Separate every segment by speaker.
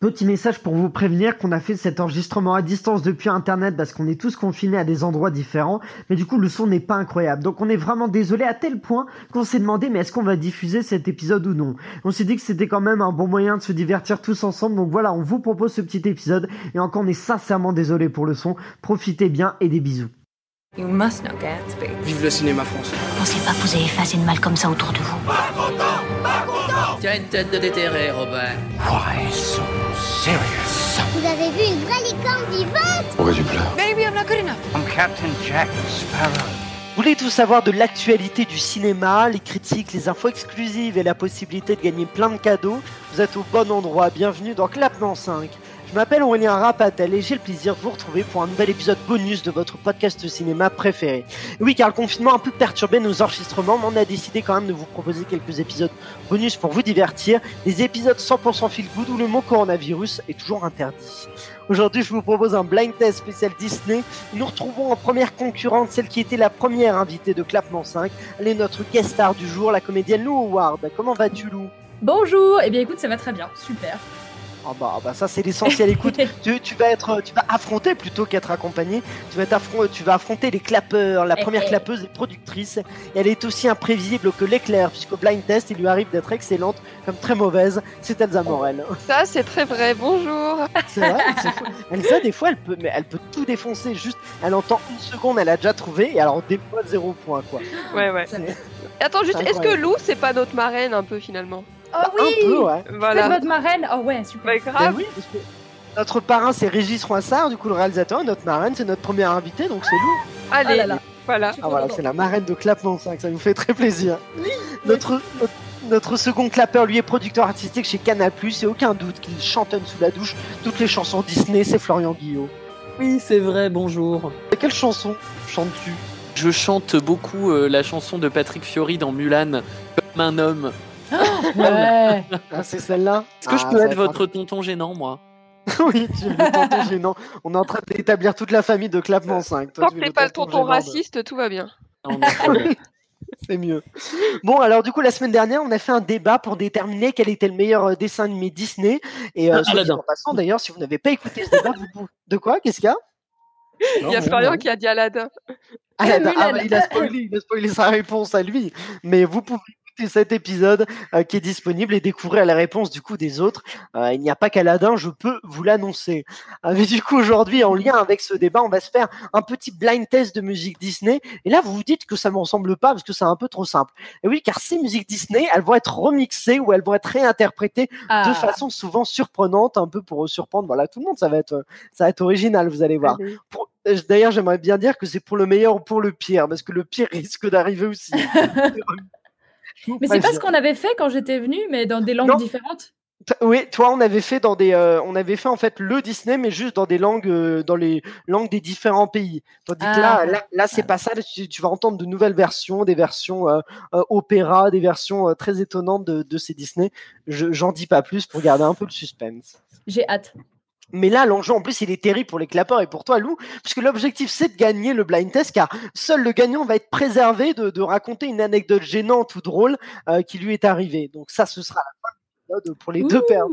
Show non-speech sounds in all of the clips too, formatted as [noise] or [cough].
Speaker 1: Petit message pour vous prévenir qu'on a fait cet enregistrement à distance depuis Internet parce qu'on est tous confinés à des endroits différents, mais du coup le son n'est pas incroyable. Donc on est vraiment désolé à tel point qu'on s'est demandé mais est-ce qu'on va diffuser cet épisode ou non. On s'est dit que c'était quand même un bon moyen de se divertir tous ensemble, donc voilà, on vous propose ce petit épisode et encore on est sincèrement désolé pour le son. Profitez bien et des bisous.
Speaker 2: You must know Gatsby.
Speaker 3: Vive le cinéma français.
Speaker 4: Pensez pas que vous avez effacé de mal comme ça autour de vous.
Speaker 3: Tu as une tête de déterré, Robin.
Speaker 5: Vous avez vu une vraie licorne vivante
Speaker 2: Maybe I'm not good enough.
Speaker 1: Voulez tout savoir de l'actualité du cinéma, les critiques, les infos exclusives et la possibilité de gagner plein de cadeaux Vous êtes au bon endroit, bienvenue dans Clapement 5. Je m'appelle Aurélien Rapatel et j'ai le plaisir de vous retrouver pour un nouvel épisode bonus de votre podcast cinéma préféré. Oui, car le confinement a un peu perturbé nos enregistrements, mais on a décidé quand même de vous proposer quelques épisodes bonus pour vous divertir, des épisodes 100% feel good où le mot coronavirus est toujours interdit. Aujourd'hui, je vous propose un blind test spécial Disney. Nous retrouvons en première concurrente celle qui était la première invitée de Clapement 5. Elle est notre guest star du jour, la comédienne Lou Howard. Comment vas-tu, Lou
Speaker 6: Bonjour, et eh bien écoute, ça va très bien, super.
Speaker 1: Ah bah, ah bah ça [laughs] c'est l'essentiel. Écoute, tu, tu vas être, tu vas affronter plutôt qu'être accompagné. Tu vas t'affron- tu vas affronter les clapeurs. La première
Speaker 6: Eh, eh.
Speaker 1: clapeuse est productrice. Et elle est aussi imprévisible que l'éclair, puisqu'au blind test, il lui arrive d'être excellente comme très mauvaise. C'est Elsa [laughs] Morel.
Speaker 7: Ça, c'est très vrai. Bonjour.
Speaker 1: C'est vrai. c'est fou. Elsa, des fois, elle peut, mais elle peut tout défoncer. Juste, elle entend une seconde, elle a déjà trouvé. Et alors, des fois, zéro point quoi.
Speaker 7: Ouais, ouais.
Speaker 1: C'est-
Speaker 7: Attends, juste,
Speaker 1: C'est
Speaker 7: est-ce que
Speaker 1: incroyable.
Speaker 7: Lou, c'est pas notre marraine un peu finalement
Speaker 6: Oh
Speaker 1: Bah,
Speaker 6: oui
Speaker 1: Un peu, ouais.
Speaker 6: C'est
Speaker 7: Voilà.
Speaker 6: votre marraine Oh ouais, super.
Speaker 7: Bah,
Speaker 1: Ben
Speaker 7: grave.
Speaker 1: oui, parce que notre parrain, c'est Régis Roissard, du coup, le réalisateur. Et notre marraine, c'est notre première invitée, donc c'est Lou.
Speaker 6: Oh
Speaker 7: Allez,
Speaker 6: là là.
Speaker 7: voilà.
Speaker 6: Je suis
Speaker 1: Ah voilà,
Speaker 6: contente.
Speaker 1: c'est la marraine de Clapement 5, ça nous fait très plaisir. Notre, notre, notre second clapeur, lui, est producteur artistique chez Canal+, et aucun doute qu'il chantonne sous la douche toutes les chansons Disney, c'est Florian Guillot.
Speaker 8: Oui, c'est vrai, bonjour.
Speaker 1: Et quelle chanson chantes-tu
Speaker 8: Je chante beaucoup euh, la chanson de Patrick Fiori dans Mulan, comme un homme.
Speaker 6: Ouais.
Speaker 1: Ah, c'est celle-là
Speaker 8: Est-ce que je
Speaker 1: Ah,
Speaker 8: peux
Speaker 1: ça
Speaker 8: être
Speaker 1: va
Speaker 8: votre tonton gênant, moi
Speaker 1: oui, tu es le tonton gênant. On est en train d'établir toute la famille de Clapement 5. Toi,
Speaker 7: Tant
Speaker 1: tu
Speaker 7: que
Speaker 1: es
Speaker 7: t'es pas le tonton
Speaker 1: gênant de-
Speaker 7: raciste, tout va bien.
Speaker 8: Non, [laughs] non, c'est vrai.
Speaker 1: C'est mieux. Bon, alors du coup, la semaine dernière, on a fait un débat pour déterminer quel était le meilleur euh, dessin animé Disney. Et euh, soit dit
Speaker 8: Aladdin.
Speaker 1: en passant, d'ailleurs, si vous n'avez pas écouté ce débat, vous pouvez- de quoi Qu'est-ce qu'il y a
Speaker 7: Il y a Florian qui a dit Aladdin.
Speaker 1: Aladdin. Ah,
Speaker 6: Mulan.
Speaker 1: bah, il, a spoilé, il a spoilé sa réponse à lui. Mais vous pouvez écouter cet épisode euh, qui est disponible et découvrir la réponse du coup des autres. Euh, il n'y a pas qu'Aladin, je peux vous l'annoncer. Euh, mais du coup, aujourd'hui, en lien avec ce débat, on va se faire un petit blind test de musique Disney. Et là, vous vous dites que ça ne me ressemble pas parce que c'est un peu trop simple. Et oui, car ces musiques Disney, elles vont être remixées ou elles vont être réinterprétées
Speaker 6: Ah.
Speaker 1: de façon souvent surprenante, un peu pour surprendre. Voilà, tout le monde, ça va être, ça va être original, vous allez voir.
Speaker 7: Allez.
Speaker 1: Pour- euh, D'ailleurs, j'aimerais bien dire que c'est pour le meilleur ou pour le pire, parce que le pire [laughs] risque d'arriver aussi. Je vous
Speaker 6: [laughs] Mais c'est pas
Speaker 1: préviens.
Speaker 6: ce qu'on avait fait quand j'étais venue, mais dans des langues
Speaker 1: Non.
Speaker 6: différentes.
Speaker 1: T- Oui, toi, on avait fait dans des, euh, on avait fait en fait le Disney, mais juste dans des langues, euh, dans les langues des différents pays. Tandis que là,
Speaker 6: Ah.
Speaker 1: là, là, c'est pas ça. Là, tu, tu vas entendre de nouvelles versions, des versions euh, euh, opéra, des versions euh, très étonnantes de, de ces Disney. Je- J'en dis pas plus pour garder un peu le suspense.
Speaker 6: J'ai hâte.
Speaker 1: Mais là, l'enjeu en plus, il est terrible pour les clapeurs et pour toi, Lou, puisque l'objectif, c'est de gagner le blind test, car seul le gagnant va être préservé de, de raconter une anecdote gênante ou drôle euh, qui lui est arrivée. Donc ça, ce sera la fin de l'épisode pour les deux
Speaker 6: Ouh.
Speaker 1: paires.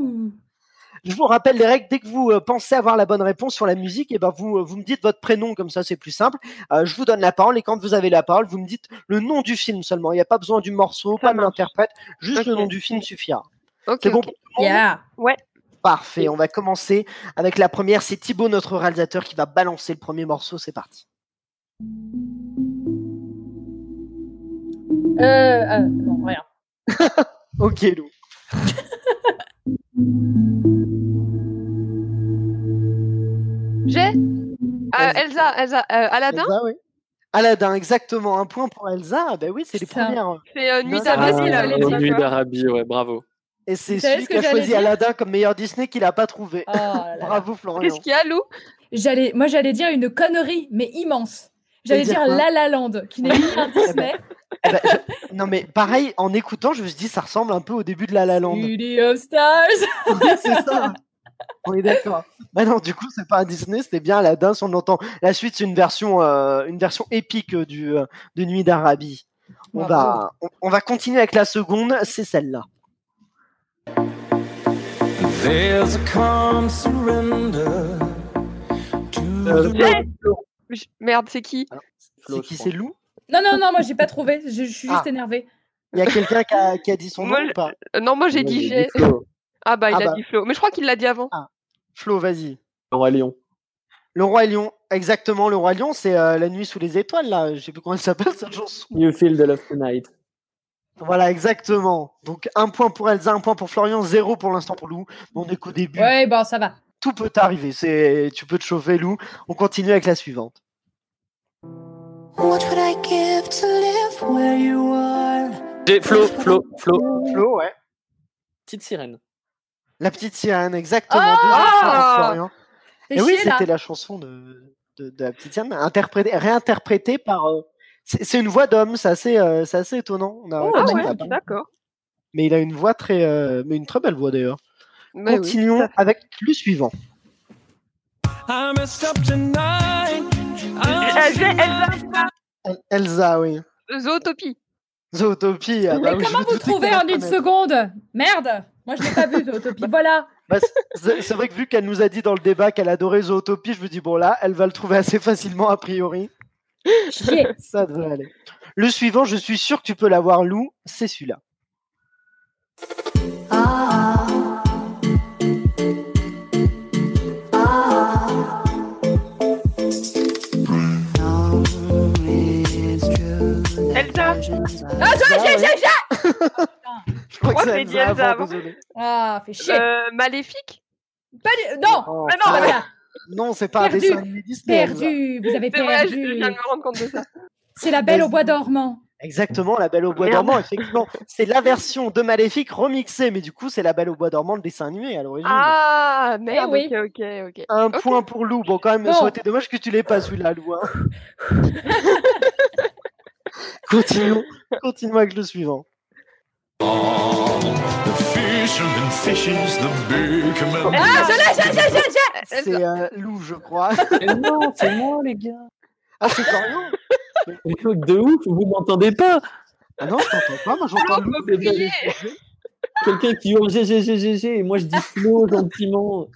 Speaker 1: Je vous rappelle les règles. Dès que vous euh, pensez avoir la bonne réponse sur la musique, et ben vous, euh, vous me dites votre prénom, comme ça, c'est plus simple. Euh, je vous donne la parole, et quand vous avez la parole, vous me dites le nom du film seulement. Il n'y a pas besoin du morceau, pas de l'interprète, juste le
Speaker 7: Ok.
Speaker 1: nom du film suffira.
Speaker 7: Ok.
Speaker 1: C'est bon
Speaker 7: ok.
Speaker 1: pour tout le monde
Speaker 6: Yeah.
Speaker 1: Parfait, on va commencer avec la première. C'est Thibaut, notre réalisateur, qui va balancer le premier morceau. C'est parti.
Speaker 6: Euh, euh, non, rien.
Speaker 1: Ok, Lou.
Speaker 7: J'ai Ah,
Speaker 1: Vas-y.
Speaker 7: Elsa, Elsa, euh, Aladdin,
Speaker 1: Elsa, oui. Aladdin, exactement. Un point pour Elsa. Ah Ben oui, c'est les
Speaker 6: Putain.
Speaker 1: premières.
Speaker 7: c'est euh, Nuit
Speaker 1: Non,
Speaker 7: d'Arabie, là,
Speaker 6: c'est la
Speaker 7: le
Speaker 6: Lady
Speaker 7: truc,
Speaker 8: Nuit
Speaker 7: là.
Speaker 8: d'Arabie, ouais, bravo.
Speaker 1: Et c'est
Speaker 6: Vous savez
Speaker 1: celui
Speaker 6: ce que
Speaker 1: qui a
Speaker 6: j'allais
Speaker 1: choisi
Speaker 6: dire
Speaker 1: Aladdin comme meilleur Disney qu'il n'a pas trouvé.
Speaker 6: Oh là là.
Speaker 1: Bravo, Florian.
Speaker 7: Qu'est-ce qu'il y a, Lou
Speaker 6: J'allais, moi, j'allais dire une connerie, mais immense. J'allais
Speaker 1: dire
Speaker 6: dire,
Speaker 1: quoi
Speaker 6: La La Land, qui n'est ni un Disney.
Speaker 1: Eh ben, je- Non, mais pareil, en écoutant, je me suis dit, ça ressemble un peu au début de La La Land.
Speaker 6: City of Stars.
Speaker 1: Oui, [laughs] c'est ça. On est d'accord. Bah non, du coup, c'est pas un Disney, c'était bien Aladdin, si on l'entend. La suite, c'est une version, euh, une version épique euh, du, euh, de Nuit d'Arabie. On va, on, on va continuer avec la seconde, c'est celle-là.
Speaker 9: There's a calm surrender to
Speaker 1: Euh,
Speaker 9: the
Speaker 7: Je- Merde, c'est qui
Speaker 1: Ah. C'est qui c'est Lou
Speaker 6: Non, non, non, moi j'ai pas trouvé. Je, je suis juste
Speaker 1: Ah.
Speaker 6: énervée.
Speaker 1: Il y a quelqu'un qui a, qui a [laughs] dit son
Speaker 7: Moi,
Speaker 1: nom ou pas
Speaker 7: Euh, Non, moi j'ai dit j'ai. Ah bah il
Speaker 1: bah, Ah
Speaker 7: a
Speaker 1: bah.
Speaker 7: dit Flo. Mais je crois qu'il l'a dit avant.
Speaker 6: Ah,
Speaker 1: Flo, vas-y.
Speaker 8: Le roi lion.
Speaker 1: Le Roi Lion, exactement. Le Roi Lion, c'est euh, La Nuit sous les étoiles, là. Je sais plus comment elle s'appelle, cette chanson.
Speaker 8: You feel the love tonight.
Speaker 1: Voilà, exactement. Donc, un point pour Elsa, un point pour Florian, zéro pour l'instant pour Lou. Bon, on est qu'au début.
Speaker 6: Ouais, bon, ça va.
Speaker 1: Tout peut t'arriver. C'est... Tu peux te chauffer, Lou. On continue avec la suivante.
Speaker 10: What would I give to live where you are?
Speaker 8: J'ai Flo, Flo, Flo.
Speaker 1: Flo, ouais.
Speaker 8: Petite sirène.
Speaker 1: La petite sirène, exactement.
Speaker 6: Ah
Speaker 1: Deux points pour Florian.
Speaker 6: Fais
Speaker 1: Et Eh oui,
Speaker 6: chier, là.
Speaker 1: c'était la chanson de, de, de la petite sirène, interprétée, réinterprétée par. euh, c'est, c'est une voix d'homme, c'est assez, euh, c'est assez étonnant. On a-
Speaker 6: Oh, bah,
Speaker 7: Ah
Speaker 1: comme ça,
Speaker 7: ouais,
Speaker 1: on a pas-
Speaker 7: d'accord.
Speaker 1: Mais il a une voix très. euh, mais une très belle voix d'ailleurs.
Speaker 7: Mais Bah oui.
Speaker 1: Continuons avec le suivant.
Speaker 9: I messed up tonight.
Speaker 7: [laughs] Euh, j'ai Elsa.
Speaker 1: El- Elsa, oui.
Speaker 7: Zootopie.
Speaker 1: Zootopie. ah bah
Speaker 6: Mais
Speaker 1: oui, je
Speaker 6: comment
Speaker 1: me
Speaker 6: vous
Speaker 1: doutais
Speaker 6: trouvez
Speaker 1: qu'elle
Speaker 6: en
Speaker 1: la
Speaker 6: une
Speaker 1: connaît.
Speaker 6: seconde Merde Moi je l'ai pas vu, Zootopie. Voilà.
Speaker 1: Bah, c'est- c'est c'est vrai que vu qu'elle nous a dit dans le débat qu'elle adorait Zootopie, je me dis, bon là, elle va le trouver assez facilement a priori.
Speaker 6: Chier.
Speaker 1: Ça devrait aller. Le suivant, je suis sûr que tu peux l'avoir, Lou, c'est celui-là.
Speaker 10: Ah. Ah. No, it's true that visions are-
Speaker 7: Elsa.
Speaker 6: Ah,
Speaker 1: Bah
Speaker 6: j'ai, j'ai, j'ai, j'ai
Speaker 1: Je crois
Speaker 6: Oh,
Speaker 7: crois
Speaker 1: que
Speaker 7: que
Speaker 1: c'est
Speaker 7: j'ai dit
Speaker 1: Elsa
Speaker 7: Elsa
Speaker 1: avant,
Speaker 7: avant.
Speaker 1: désolé.
Speaker 6: Ah, fais chier.
Speaker 7: Euh, Maléfique.
Speaker 6: Pas du- Non
Speaker 1: Oh,
Speaker 7: Ah
Speaker 1: ça-
Speaker 7: non,
Speaker 6: Ah, voilà.
Speaker 1: Non, c'est pas un
Speaker 6: Perdu.
Speaker 1: dessin animé Disney. Elsa.
Speaker 6: Perdu, vous avez
Speaker 7: C'est vrai, je je
Speaker 6: perdu.
Speaker 7: viens de me rendre compte de ça.
Speaker 6: C'est la belle au bois dormant.
Speaker 1: Exactement, La Belle au Bois
Speaker 7: Merde.
Speaker 1: dormant, effectivement. C'est la version de Maléfique remixée, mais du coup, c'est La Belle au Bois dormant, le dessin animé à l'origine.
Speaker 7: Ah merde.
Speaker 6: oui.
Speaker 7: Ok, ok, ok.
Speaker 1: Un
Speaker 7: Ok.
Speaker 1: point pour Lou. Bon, quand même, ça
Speaker 6: Bon.
Speaker 1: aurait été dommage que tu l'aies pas, celui-là, Lou. hein.
Speaker 6: [laughs]
Speaker 1: continuons, continuons avec le suivant.
Speaker 9: The fisherman fishes the big man.
Speaker 6: Ah, je l'ai, je l'ai, je l'ai, je l'ai
Speaker 1: C'est euh, Lou, je crois.
Speaker 8: non, c'est moi, les gars.
Speaker 1: Ah, c'est Florian
Speaker 8: Mais truc de ouf, vous m'entendez pas.
Speaker 1: Ah non, je t'entends pas. Moi,
Speaker 6: Ah
Speaker 1: j'entends Lou.
Speaker 8: Le gars, Quelqu'un qui hurle GGGGG et moi je dis Flo gentiment.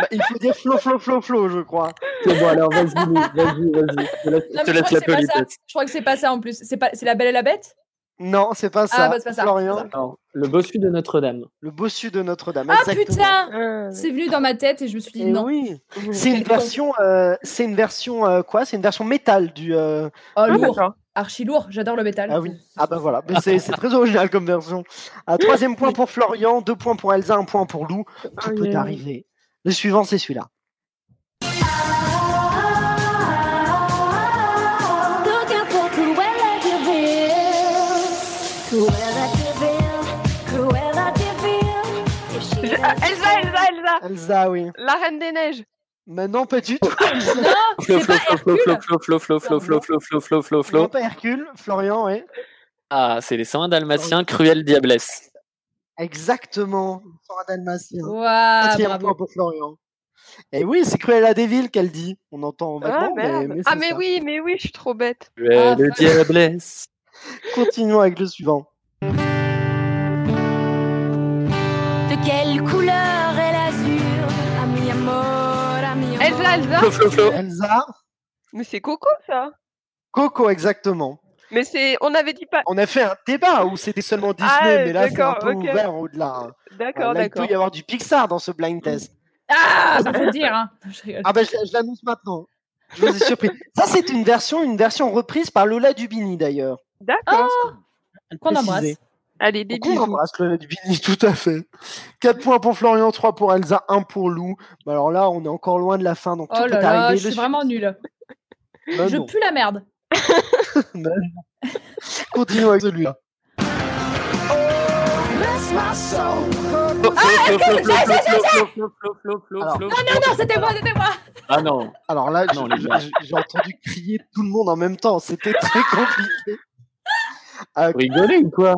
Speaker 1: Bah, il faut dire Flo, Flo, Flo, Flo, je crois.
Speaker 8: C'est bon, alors vas-y, Lou, vas-y, vas-y. Je te laisse, je te
Speaker 6: Non, mais je,
Speaker 8: laisse la
Speaker 6: crois que c'est pas ça.
Speaker 8: politesse.
Speaker 6: je crois que c'est pas ça en plus. C'est pas... c'est la belle et la bête
Speaker 1: Non, c'est pas ça.
Speaker 6: bah, c'est pas ça,
Speaker 1: Florian,
Speaker 6: c'est pas
Speaker 8: Alors, le bossu de Notre-Dame.
Speaker 1: le bossu de Notre-Dame.
Speaker 6: Ah
Speaker 1: exactement.
Speaker 6: putain
Speaker 7: Euh,
Speaker 6: C'est venu dans ma tête et je me suis dit
Speaker 1: Eh
Speaker 6: non.
Speaker 1: oui. C'est une
Speaker 6: Quel
Speaker 1: version, euh, c'est une version euh, quoi C'est une version métal du. euh,
Speaker 6: Oh
Speaker 7: ah,
Speaker 6: lourd,
Speaker 7: d'accord.
Speaker 6: archi lourd, j'adore le métal.
Speaker 1: Ah oui. Ah bah voilà. Mais C'est c'est très original comme version. Ah, troisième point pour Florian, deux points pour Elsa, un point pour Lou. Tout peut arriver. Le suivant, c'est celui-là.
Speaker 5: Looking for Cruella de Vil. Cruella de Vil, Cruella de Vil. If she
Speaker 7: Je- ah, Elsa, Elsa, Elsa.
Speaker 1: Elsa, oui.
Speaker 7: La Reine des Neiges.
Speaker 1: Mais non, pas du tout.
Speaker 6: Non,
Speaker 8: Flo, Flo,
Speaker 6: c'est pas
Speaker 8: Flo, Flo,
Speaker 6: Hercule.
Speaker 8: Flo, Flo, Flo, Flo, Flo, Flo, Flo, Flo, Flo,
Speaker 1: Non,
Speaker 8: Flo.
Speaker 1: pas Hercule. Florian, oui.
Speaker 8: Ah, c'est les 101 dalmatiens, cruelle diablesse.
Speaker 1: Exactement. Sora Dalmatien.
Speaker 7: Ah,
Speaker 6: Waouh,
Speaker 1: Quatrième
Speaker 6: bravo.
Speaker 1: point pour Florian. Et oui, c'est Cruella Deville qu'elle dit. On entend
Speaker 7: Ah
Speaker 1: vaguement, Bah mais,
Speaker 7: merde.
Speaker 1: mais
Speaker 7: Ah
Speaker 1: c'est
Speaker 7: mais
Speaker 1: ça.
Speaker 7: oui, mais oui, je suis trop bête.
Speaker 6: Ah,
Speaker 8: Cruelle
Speaker 6: fuck.
Speaker 8: diablesse.
Speaker 1: Continuons avec le suivant.
Speaker 10: De quelle couleur est l'azur Ah, mi amor, ah, mi amor.
Speaker 7: Elsa, Elsa.
Speaker 8: Flo, Flo, Flo.
Speaker 1: Elsa,
Speaker 7: Mais c'est Coco ça.
Speaker 1: Coco, exactement.
Speaker 7: Mais c'est, on avait dit pas.
Speaker 1: On a fait un débat où c'était seulement Disney,
Speaker 7: Ah,
Speaker 1: mais là, c'est un
Speaker 7: d'accord,
Speaker 1: peu
Speaker 7: ok.
Speaker 1: ouvert au-delà. hein.
Speaker 7: D'accord,
Speaker 1: Là, il
Speaker 7: d'accord. Mm.
Speaker 1: peut y avoir du Pixar dans ce blind test.
Speaker 6: Ah, ça faut le dire. Hein. Je rigole.
Speaker 1: Ah ben, je, je l'annonce maintenant. Je vous ai surpris. Ça, c'est une version, une version reprise par Lola Dubini, d'ailleurs.
Speaker 6: Oh.
Speaker 7: D'accord.
Speaker 6: Qu'on
Speaker 1: bah, Précisé.
Speaker 6: embrasse.
Speaker 7: Allez, des
Speaker 1: On
Speaker 7: bisous.
Speaker 1: embrasse Lola Dubini, [laughs] tout à fait. 4 points pour Florian, 3 pour Elsa, 1 pour Lou. Bah, alors là, on est encore loin de la fin, donc tout
Speaker 6: Oh
Speaker 1: peut
Speaker 6: là là,
Speaker 1: arriver.
Speaker 6: je
Speaker 1: Le
Speaker 6: suis vraiment nulle.
Speaker 1: suivant- Bah
Speaker 6: je
Speaker 1: non.
Speaker 6: pue la merde.
Speaker 1: Continuons avec celui-là.
Speaker 8: Flo,
Speaker 6: Ah,
Speaker 8: Flo, Flo, Flo, Flo, Flo, Flo, Flo, Flo,
Speaker 1: Alors.
Speaker 8: Flo.
Speaker 6: Non, non, c'était moi, c'était moi.
Speaker 8: Ah non.
Speaker 1: Alors là,
Speaker 8: non,
Speaker 1: je-
Speaker 8: les gars.
Speaker 1: je- j'ai entendu crier tout le monde en même temps. C'était très compliqué. Euh,
Speaker 8: Vous rigolez ou quoi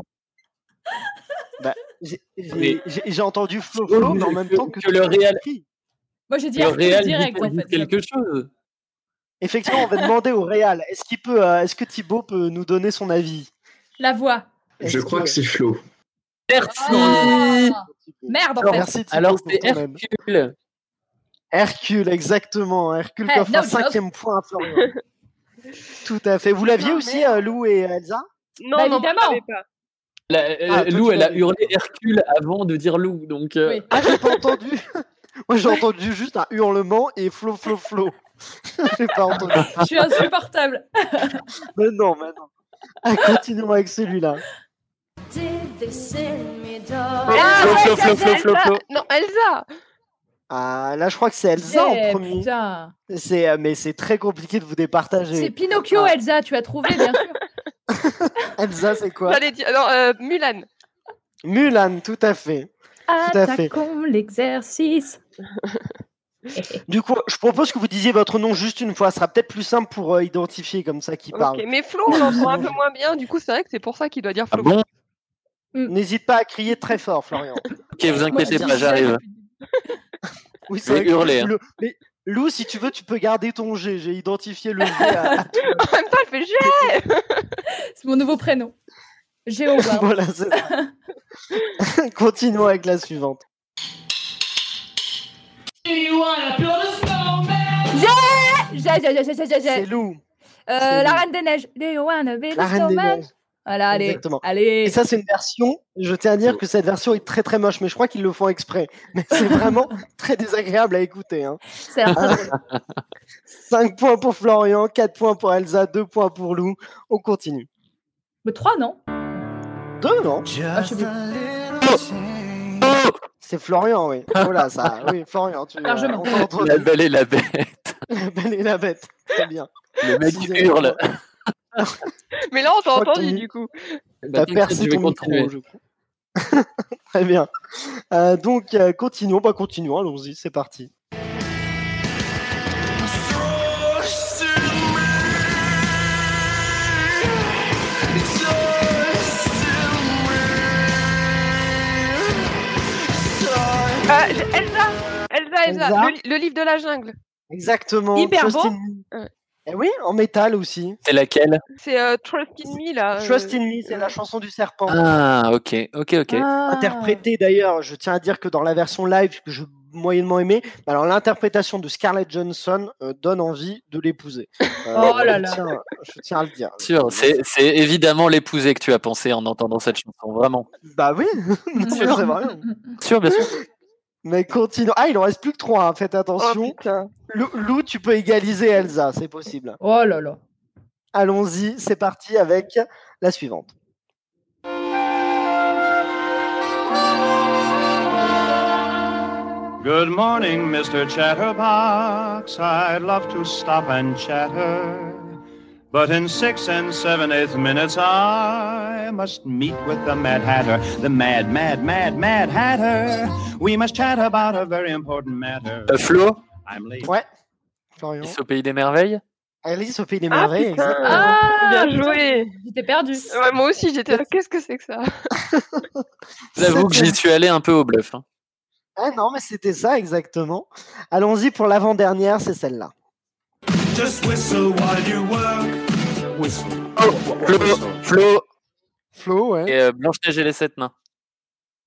Speaker 1: j'ai- J'ai
Speaker 8: Mais-
Speaker 1: j'ai- j'ai entendu Flo Flo, mais en même
Speaker 8: Que-
Speaker 1: temps que,
Speaker 8: que le Real-
Speaker 1: crie.
Speaker 6: Moi j'ai dit
Speaker 8: Le
Speaker 6: Hercule
Speaker 8: réel
Speaker 6: direct en
Speaker 8: dit
Speaker 6: fait. Ah,
Speaker 8: quelque chose.
Speaker 1: Effectivement, on va demander au Real. Est-ce qu'il peut, euh, est-ce que Thibaut peut nous donner son avis
Speaker 6: La voix.
Speaker 1: Est-ce
Speaker 11: Je crois que c'est Flo.
Speaker 8: Merci.
Speaker 6: Ah.
Speaker 1: fatigué.
Speaker 6: Merde, en
Speaker 1: Alors,
Speaker 6: fait.
Speaker 1: merci Thibaut
Speaker 8: Alors
Speaker 1: pour
Speaker 8: c'est
Speaker 1: ton aide.
Speaker 8: Hercule.
Speaker 1: Hercule, exactement. Hercule
Speaker 6: Hey,
Speaker 1: qui offre
Speaker 6: Eh, no
Speaker 1: un
Speaker 6: joke.
Speaker 1: cinquième point à Florian.
Speaker 6: [laughs]
Speaker 1: Tout à fait. Vous l'aviez
Speaker 7: Non,
Speaker 1: aussi, euh, Lou et Elsa
Speaker 7: Non,
Speaker 6: Bah,
Speaker 7: non, vous
Speaker 6: évidemment.
Speaker 7: savez pas.
Speaker 8: La- euh,
Speaker 1: Ah, toi,
Speaker 8: Lou,
Speaker 1: tu
Speaker 8: elle a
Speaker 1: l'as-
Speaker 8: hurlé Hercule avant de dire Lou. Donc, euh,
Speaker 6: Oui.
Speaker 1: Ah, j'ai pas entendu. [laughs] Moi, j'ai entendu juste un hurlement et flo, flo, flo. [laughs] j'ai pas entendu.
Speaker 6: Je suis insupportable.
Speaker 1: [laughs] Mais non, mais non. Ah, continuons avec celui-là.
Speaker 7: Ah,
Speaker 8: Flo,
Speaker 7: ouais,
Speaker 8: Flo,
Speaker 7: ça,
Speaker 8: Flo,
Speaker 7: c'est
Speaker 8: Flo, Flo,
Speaker 7: Elsa.
Speaker 8: Flo.
Speaker 7: Non, Elsa.
Speaker 1: Ah, là, je crois que c'est Elsa
Speaker 6: Eh,
Speaker 1: en premier.
Speaker 6: putain.
Speaker 1: C'est, euh, mais c'est très compliqué de vous
Speaker 6: C'est
Speaker 1: départager.
Speaker 6: Pinocchio,
Speaker 1: Ah.
Speaker 6: Elsa, tu as trouvé, bien
Speaker 1: [laughs]
Speaker 6: sûr.
Speaker 1: Elsa, c'est quoi
Speaker 7: J'allais dire. Non, euh, Mulan.
Speaker 1: Mulan, tout à fait. Tout à fait.
Speaker 6: Attaquons l'exercice.
Speaker 1: Du coup, je propose que vous disiez votre nom juste une fois. Ce sera peut-être plus simple pour euh, identifier comme ça qui parle.
Speaker 7: Ok, mais Flo, on l'entend un peu moins bien. Du coup, c'est vrai que c'est pour ça qu'il doit dire
Speaker 8: Ah
Speaker 7: Flo.
Speaker 8: bon
Speaker 1: N'hésite pas à crier très fort,
Speaker 8: [laughs]
Speaker 1: Florian.
Speaker 8: Ok, vous inquiétez
Speaker 1: Moi,
Speaker 8: pas, j'arrive.
Speaker 1: Oui,
Speaker 8: Je vais
Speaker 1: que
Speaker 8: hurler, hein.
Speaker 1: Lou- mais Lou, si tu veux, tu peux garder ton G. J'ai identifié
Speaker 6: [laughs]
Speaker 1: le G. à- à-
Speaker 7: En même temps, elle fait gérer.
Speaker 6: C'est mon nouveau prénom.
Speaker 1: [laughs]
Speaker 6: Géoward.
Speaker 1: voilà, c'est
Speaker 6: [laughs]
Speaker 1: ça. Continuons avec la suivante.
Speaker 6: J'ai, j'ai, j'ai, j'ai, j'ai, j'ai.
Speaker 1: C'est Lou.
Speaker 6: Euh,
Speaker 1: c'est
Speaker 6: la
Speaker 1: lui.
Speaker 6: Reine des Neiges. Do you wanna be the
Speaker 1: La reine des
Speaker 6: snowman
Speaker 1: neiges.
Speaker 6: Voilà, allez.
Speaker 1: Exactement.
Speaker 6: Allez.
Speaker 1: Et ça, c'est une version. Je tiens à dire que cette version est très très moche, mais je crois qu'ils le font exprès. Mais c'est vraiment très désagréable à écouter. Hein.
Speaker 6: Ça a
Speaker 1: [laughs]
Speaker 6: l'air très drôle.
Speaker 1: 5 points pour Florian, 4 points pour Elsa, 2 poins pour Lou. On continue.
Speaker 6: Mais trois, non
Speaker 1: 2, non
Speaker 6: Ah, je sais plus.
Speaker 8: Oh
Speaker 1: C'est Florian, oui. Voilà, ça. Oui, Florian, tu.
Speaker 6: Largement.
Speaker 1: on t'entend.
Speaker 8: Oh, La belle et la bête.
Speaker 1: La belle et la bête. C'est bien.
Speaker 8: Le mec
Speaker 1: Sixième
Speaker 8: hurle.
Speaker 7: Mais là, on t'a
Speaker 1: crois que
Speaker 7: entendu
Speaker 1: ton-
Speaker 7: du coup.
Speaker 1: T'as
Speaker 8: T'inquiète,
Speaker 1: percé
Speaker 8: je vais
Speaker 1: ton micro,
Speaker 8: continuer.
Speaker 1: je crois. [laughs] Très bien. Euh, donc, euh, continuons. Bah, continuons. Allons-y, c'est parti.
Speaker 7: Ah, Elsa. Elsa, Elsa.
Speaker 1: Elsa.
Speaker 7: Le, li- le livre de la jungle.
Speaker 1: Exactement.
Speaker 6: Hyper
Speaker 1: Trust
Speaker 6: beau.
Speaker 1: in me.
Speaker 7: Ouais.
Speaker 1: Eh oui, en métal aussi.
Speaker 8: C'est laquelle
Speaker 7: C'est euh, Trust in Me là. euh,
Speaker 1: Trust in Me, c'est la chanson du serpent.
Speaker 8: Ah, ok, ok, ok.
Speaker 6: Ah.
Speaker 1: Interprétée d'ailleurs, je tiens à dire que dans la version live que je moyennement aimée, alors l'interprétation de Scarlett Johnson euh, donne envie de l'épouser.
Speaker 7: [laughs]
Speaker 1: Euh,
Speaker 6: Oh là
Speaker 1: je
Speaker 6: là.
Speaker 1: tiens- je tiens à le dire. Bah,
Speaker 8: Bien sûr, c'est c'est évidemment l'épousée que tu as pensé en entendant cette chanson, vraiment.
Speaker 1: Bah oui, [laughs]
Speaker 6: Mm.
Speaker 1: c'est vrai.
Speaker 8: Bien sûr, bien sûr.
Speaker 1: Mais continuons. Ah, il en reste plus que 3, faites
Speaker 7: Oh,
Speaker 1: attention.
Speaker 7: putain.
Speaker 1: Lou, Lou, tu peux égaliser Elsa, c'est possible.
Speaker 6: Oh là là.
Speaker 1: Allons-y, c'est parti avec la suivante.
Speaker 9: Good morning, Mr. Chatterbox. I'd love to stop and chatter. But in six and seven eighth minutes, I must meet with the Mad Hatter. The Mad, Mad, Mad, Mad Hatter. We must chat about a very important matter.
Speaker 8: Euh, Flo,
Speaker 9: I'm late.
Speaker 1: Ouais. Florian.
Speaker 8: Alice au pays des merveilles.
Speaker 1: Alice au pays des
Speaker 7: Ah,
Speaker 1: merveilles.
Speaker 7: putain.
Speaker 1: exactement.
Speaker 6: Ah,
Speaker 7: Bien joué.
Speaker 6: J'étais perdue.
Speaker 7: Ouais, moi aussi, j'étais là. Qu'est-ce que c'est que ça
Speaker 8: J'avoue que j'y
Speaker 1: C'était-
Speaker 8: suis allé un peu au bluff. hein.
Speaker 1: Ah non, mais c'était ça exactement. Allons-y pour l'avant-dernière, c'est celle-là.
Speaker 9: Just whistle while you work. Whistle.
Speaker 8: Flo, Flo
Speaker 1: Flo, ouais.
Speaker 8: et euh, Blanche-Neige et les sept nains.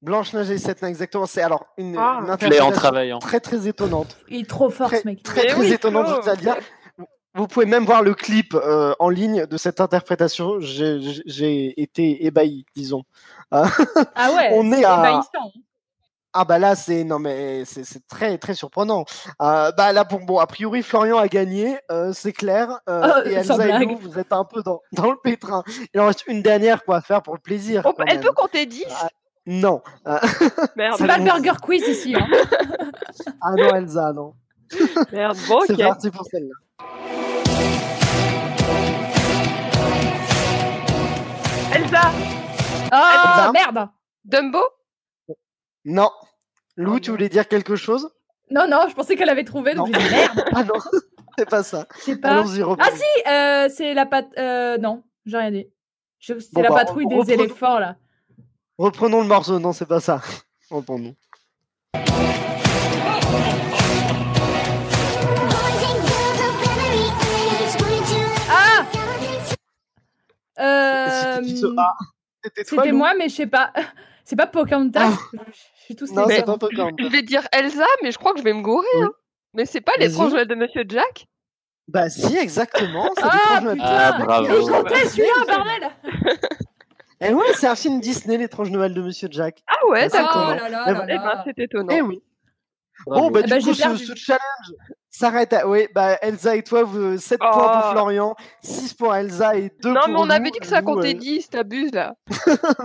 Speaker 1: Blanche-Neige et les sept nains, exactement. C'est alors une,
Speaker 7: Ah.
Speaker 1: une
Speaker 8: Je l'ai en
Speaker 1: interprétation
Speaker 8: travaillant.
Speaker 1: très très étonnante.
Speaker 6: Il est trop fort,
Speaker 1: Très,
Speaker 6: ce mec. Eh
Speaker 1: très,
Speaker 7: Mais
Speaker 1: très
Speaker 7: oui,
Speaker 1: étonnante,
Speaker 7: Flo.
Speaker 1: je tiens à le dire. Vous- Vous pouvez même voir le clip euh, en ligne de cette interprétation. J'ai- J'ai j'ai été ébahi, disons.
Speaker 6: Ah ouais.
Speaker 1: On est
Speaker 6: c'est
Speaker 1: à-
Speaker 6: ébahissant.
Speaker 1: Ah bah là, c'est non mais c'est c'est très très surprenant. Euh, bah là, pour bon, a priori, Florian a gagné, euh, c'est clair. Euh,
Speaker 6: Oh,
Speaker 1: et
Speaker 6: sans
Speaker 1: Elsa et
Speaker 6: blague.
Speaker 1: Lou, vous êtes un peu dans, dans le pétrin. Il en reste une dernière qu'on va faire pour le plaisir.
Speaker 7: On-
Speaker 1: Ah, quand
Speaker 7: Oh, Elle
Speaker 1: même.
Speaker 7: peut compter 10
Speaker 1: Ah, Non.
Speaker 7: [laughs] Merde,
Speaker 6: C'est pas le burger quiz ici.
Speaker 1: [laughs]
Speaker 6: hein.
Speaker 1: Ah non, Elsa, non.
Speaker 7: merde. Bon, [laughs] ok.
Speaker 1: C'est parti pour celle-là.
Speaker 7: Elsa,
Speaker 1: Elsa.
Speaker 6: Ah, merde.
Speaker 7: Dumbo
Speaker 1: Non.
Speaker 7: Oh
Speaker 1: Lou, tu voulais dire quelque chose
Speaker 6: Non, non, je pensais qu'elle avait trouvé, donc
Speaker 1: Non.
Speaker 6: j'ai dit merde.
Speaker 1: Ah non, [laughs] c'est pas ça.
Speaker 6: Je sais
Speaker 7: Bah.
Speaker 6: pas.
Speaker 1: Allons-y, reprends.
Speaker 6: Ah si, euh, c'est la pat... euh, non, j'ai rien dit. Je- C'est
Speaker 1: Bon,
Speaker 6: la
Speaker 1: bah,
Speaker 6: patrouille
Speaker 1: on-
Speaker 6: des
Speaker 1: reprenons.
Speaker 6: éléphants, là.
Speaker 1: Reprenons le morceau. Non, c'est pas ça. [laughs] Reprenons.
Speaker 6: Ah
Speaker 1: C'était
Speaker 6: Euh,
Speaker 1: qui ce A C'était toi,
Speaker 6: C'était
Speaker 1: Lou
Speaker 6: moi, mais je sais pas. [laughs] C'est pas Pocahontas. Je suis tous
Speaker 1: Non,
Speaker 6: les
Speaker 1: c'est
Speaker 6: gars.
Speaker 1: pas Pocahontas.
Speaker 7: Je vais dire Elsa, mais je crois que je vais me gourer.
Speaker 1: Oui.
Speaker 7: hein. Mais c'est pas
Speaker 1: Vas-y.
Speaker 7: l'étrange Noël de Monsieur Jack
Speaker 1: Bah si, exactement. c'est
Speaker 6: Ah
Speaker 1: l'étrange Noël. bah,
Speaker 8: Ah,
Speaker 6: putain
Speaker 8: bravo.
Speaker 6: Il comptait celui-là, bordel
Speaker 1: Eh ouais, c'est un film Disney, l'étrange Noël de Monsieur Jack.
Speaker 7: Ah ouais,
Speaker 1: Ah, ça,
Speaker 7: d'accord.
Speaker 1: comment
Speaker 6: Oh là là
Speaker 1: Mais
Speaker 6: là
Speaker 7: Eh ben,
Speaker 6: là.
Speaker 7: c'est étonnant.
Speaker 1: Eh oui. Bon, bah,
Speaker 6: Eh
Speaker 1: du
Speaker 6: ben,
Speaker 1: coup,
Speaker 6: j'ai
Speaker 1: ce,
Speaker 6: perdu.
Speaker 1: ce challenge s'arrête à. Oui, bah, Elsa et toi, vous, 7
Speaker 7: Oh.
Speaker 1: points pour Florian, 6 pour Elsa et 2
Speaker 7: non,
Speaker 1: pour.
Speaker 7: mais on avait
Speaker 1: nous.
Speaker 7: dit que ça
Speaker 1: Nous,
Speaker 7: comptait
Speaker 1: euh,
Speaker 7: 10, t'abuses là.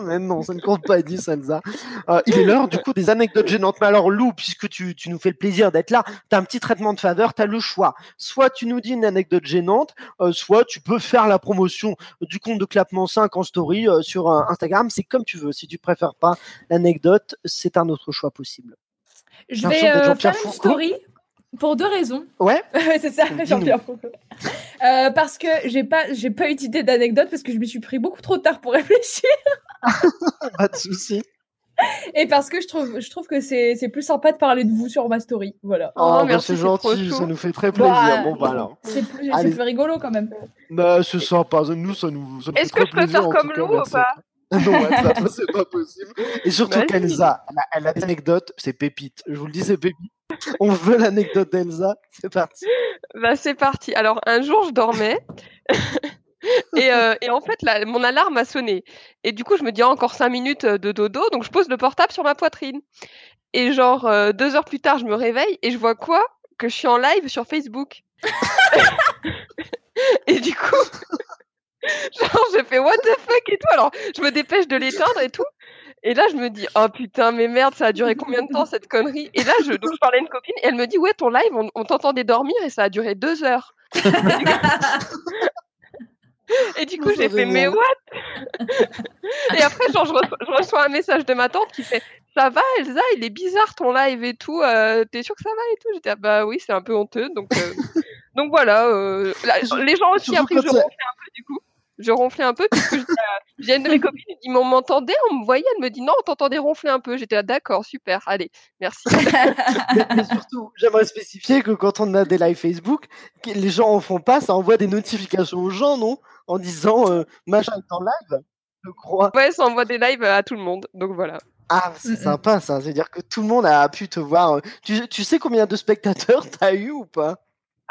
Speaker 1: mais non, ça ne compte pas 10, Elsa. Euh, il est l'heure, du coup, des anecdotes gênantes. Mais alors, Lou, puisque tu, tu nous fais le plaisir d'être là, t'as un petit traitement de faveur, t'as le choix. Soit tu nous dis une anecdote gênante, euh, soit tu peux faire la promotion du compte de Clapement 5 en story euh, sur euh, Instagram. C'est comme tu veux. Si tu préfères pas l'anecdote, c'est un autre choix possible.
Speaker 6: Je
Speaker 1: Un
Speaker 6: vais
Speaker 1: son de
Speaker 6: euh,
Speaker 1: Jean-Pierre
Speaker 6: faire une
Speaker 1: Foucault.
Speaker 6: story pour deux raisons.
Speaker 1: Ouais.
Speaker 6: [laughs] Ouais, c'est ça,
Speaker 1: Dis-nous.
Speaker 6: Jean-Pierre Foucault. Euh, parce que j'ai pas, j'ai pas eu d'idée d'anecdote parce que je me suis pris beaucoup trop tard pour [laughs] réfléchir
Speaker 1: Pas de souci.
Speaker 6: et parce que je trouve, je trouve que c'est, c'est plus sympa de parler de vous sur ma story. Voilà.
Speaker 7: Oh,
Speaker 1: bah,
Speaker 7: merci,
Speaker 1: c'est
Speaker 7: c'est trop
Speaker 1: gentil,
Speaker 7: chou.
Speaker 1: ça nous fait très plaisir.
Speaker 6: Bah,
Speaker 1: bon, bah alors.
Speaker 6: C'est plus,
Speaker 1: Allez.
Speaker 6: c'est plus rigolo quand même.
Speaker 1: Bah, ce sera pas nous, ça nous. ça nous
Speaker 7: Est-ce
Speaker 1: fait très
Speaker 7: que je peux
Speaker 1: plaisir,
Speaker 7: faire
Speaker 1: en tout
Speaker 7: comme
Speaker 1: cas,
Speaker 7: Lou ou
Speaker 1: merci.
Speaker 7: pas
Speaker 1: [laughs] Non, attends, attends, c'est pas possible. Et surtout
Speaker 7: Vas-y.
Speaker 1: qu'Elsa, elle a- elle a l'anecdote, c'est pépite. Je vous le dis, c'est pépite. On veut l'anecdote d'Elsa, c'est parti.
Speaker 7: Bah, c'est parti. Alors, un jour, je dormais. et, euh, et en fait, la- mon alarme a sonné. Et du coup, je me dis Ah, encore 5 minutes euh, de dodo. Donc, je pose le portable sur ma poitrine. Et genre, euh, deux heures plus tard, je me réveille et je vois quoi Que je suis en live sur Facebook. [laughs] et du coup, [laughs] genre, j'ai fait What the fuck et tout. Alors, je me dépêche de l'éteindre et tout. Et là, je me dis, oh putain, mais merde, ça a duré combien de temps cette connerie Et là, je, donc, je parlais à une copine et elle me dit, ouais, ton live, on, on t'entendait dormir et ça a duré deux heures. [laughs] et du coup,
Speaker 1: Mais Oh,
Speaker 7: j'ai
Speaker 1: c'est
Speaker 7: fait, mais
Speaker 1: génial.
Speaker 7: what [laughs] Et après, genre, je, reçois, je reçois un message de ma tante qui fait, ça va, Elsa, il est bizarre ton live et tout, euh, t'es sûre que ça va et tout J'étais, ah, bah oui, c'est un peu honteux. Donc,
Speaker 1: [laughs]
Speaker 7: euh, donc voilà, euh, la-
Speaker 1: Sur-
Speaker 7: les gens aussi,
Speaker 1: surtout
Speaker 7: après, je
Speaker 1: quand ça-
Speaker 7: ronflais un peu du coup. Je ronflais un peu, puisque j'étais j'ai une de mes copines, ils m'ont m'entendait, on me voyait, elle me dit non, on t'entendait ronfler un peu. J'étais là, d'accord, super, allez, merci.
Speaker 1: Mais, mais surtout, j'aimerais spécifier que quand on a des lives Facebook, que les gens en font pas, ça envoie des notifications aux gens, non En disant euh, machin est en live, je crois.
Speaker 7: ouais, ça envoie des lives euh, à tout le monde, donc voilà.
Speaker 1: Ah, c'est
Speaker 6: Mm-mm.
Speaker 1: sympa ça, c'est-à-dire que tout le monde a pu te voir. euh. Tu, tu sais combien de spectateurs t'as eu ou pas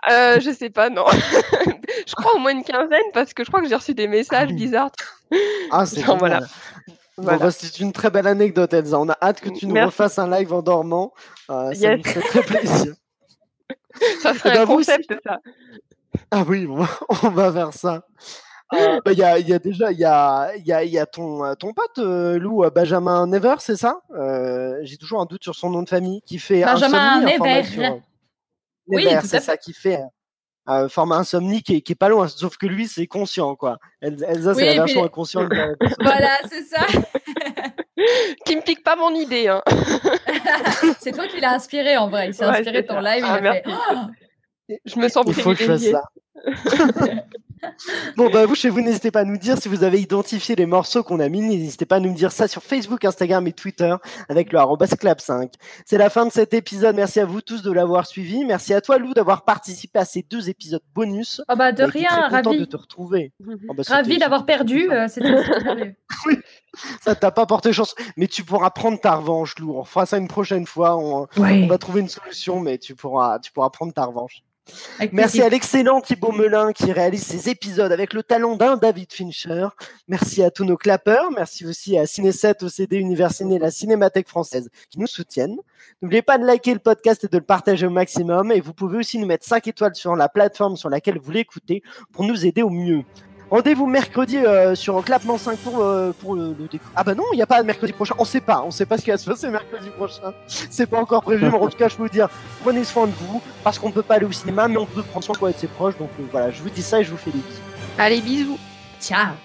Speaker 7: Euh, je sais pas, non. [laughs] je crois au moins une quinzaine parce que je crois que j'ai reçu des messages
Speaker 1: oui.
Speaker 7: bizarres.
Speaker 1: [laughs] Ah, c'est génial.
Speaker 7: Genre, voilà.
Speaker 1: Bon,
Speaker 7: Voilà.
Speaker 1: bah, c'est une très belle anecdote, Elsa. On a hâte que tu nous
Speaker 7: Merci.
Speaker 1: refasses un live en dormant. Euh, ça
Speaker 7: Yes.
Speaker 1: nous fait très plaisir.
Speaker 7: Ça serait
Speaker 1: bah,
Speaker 7: un
Speaker 1: vous aussi.
Speaker 7: concept, ça.
Speaker 1: Ah oui, on va, [laughs] on va faire ça. Euh, bah, Il y, a, il y a déjà il y a, il y a, il y a ton, euh, ton pote, euh, Lou, euh, Benjamin Never, c'est ça Euh, J'ai toujours un doute sur son nom de famille qui fait
Speaker 6: Benjamin
Speaker 1: Insomnie, un format
Speaker 6: Never.
Speaker 1: sur, euh,
Speaker 6: Oui,
Speaker 1: Never,
Speaker 6: tout à
Speaker 1: c'est
Speaker 6: fait.
Speaker 1: ça qui fait euh, un format insomnie qui est, qui est pas loin, sauf que lui, c'est conscient, quoi. El- Elsa,
Speaker 6: Oui,
Speaker 1: c'est la
Speaker 6: et puis-
Speaker 1: version inconsciente. de la-
Speaker 6: Voilà, c'est ça.
Speaker 7: Qui me pique pas mon idée. Hein.
Speaker 6: C'est toi qui l'as inspiré en vrai. Il s'est
Speaker 7: Ouais,
Speaker 6: inspiré
Speaker 7: c'est
Speaker 6: de ton
Speaker 7: ça.
Speaker 6: live.
Speaker 7: Ah,
Speaker 6: il a
Speaker 7: merci.
Speaker 6: fait, Oh
Speaker 7: Je me sens
Speaker 1: Il faut que je fasse
Speaker 7: privilégiée. [laughs]
Speaker 1: ça. bon, bah, vous, chez vous, n'hésitez pas à nous dire si vous avez identifié les morceaux qu'on a mis. N'hésitez pas à nous dire ça sur Facebook, Instagram et Twitter avec le arrobas clap5. C'est la fin de cet épisode. Merci à vous tous de l'avoir suivi. Merci à toi, Lou, d'avoir participé à ces deux épisodes bonus.
Speaker 6: Ah bah de
Speaker 1: On a été très
Speaker 6: rien,
Speaker 1: content de
Speaker 6: ravi.
Speaker 1: te retrouver. Oh, bah,
Speaker 6: Ravi
Speaker 1: c'était-
Speaker 6: d'avoir perdu. euh, C'était c'était merveilleux.
Speaker 1: Ça t'a pas porté chance, mais tu pourras prendre ta revanche, Lou. On fera ça une prochaine fois. On, on
Speaker 6: Ouais.
Speaker 1: va trouver une solution, mais tu pourras, tu pourras prendre ta revanche.
Speaker 6: avec
Speaker 1: Merci
Speaker 6: plaisir.
Speaker 1: à l'excellent Thibaut Melin qui réalise ces épisodes avec le talent d'un David Fincher. Merci à tous nos clappeurs. Merci aussi à Ciné7, OCD Universiné et la Cinémathèque française qui nous soutiennent. N'oubliez pas de liker le podcast et de le partager au maximum. Et vous pouvez aussi nous mettre 5 étoiles sur la plateforme sur laquelle vous l'écoutez pour nous aider au mieux. Rendez-vous mercredi euh, sur Clapement 5 pour, euh, pour le, le déco- Ah bah non, il n'y a pas mercredi prochain. On sait pas. On sait pas ce qui va se passer mercredi prochain. C'est pas encore prévu, mais en tout cas, je peux vous dire prenez soin de vous, parce qu'on peut pas aller au cinéma, mais on peut prendre soin de soi et de ses proches. Donc euh, voilà, je vous dis ça et je vous fais des bisous.
Speaker 7: Allez, bisous.
Speaker 6: Ciao.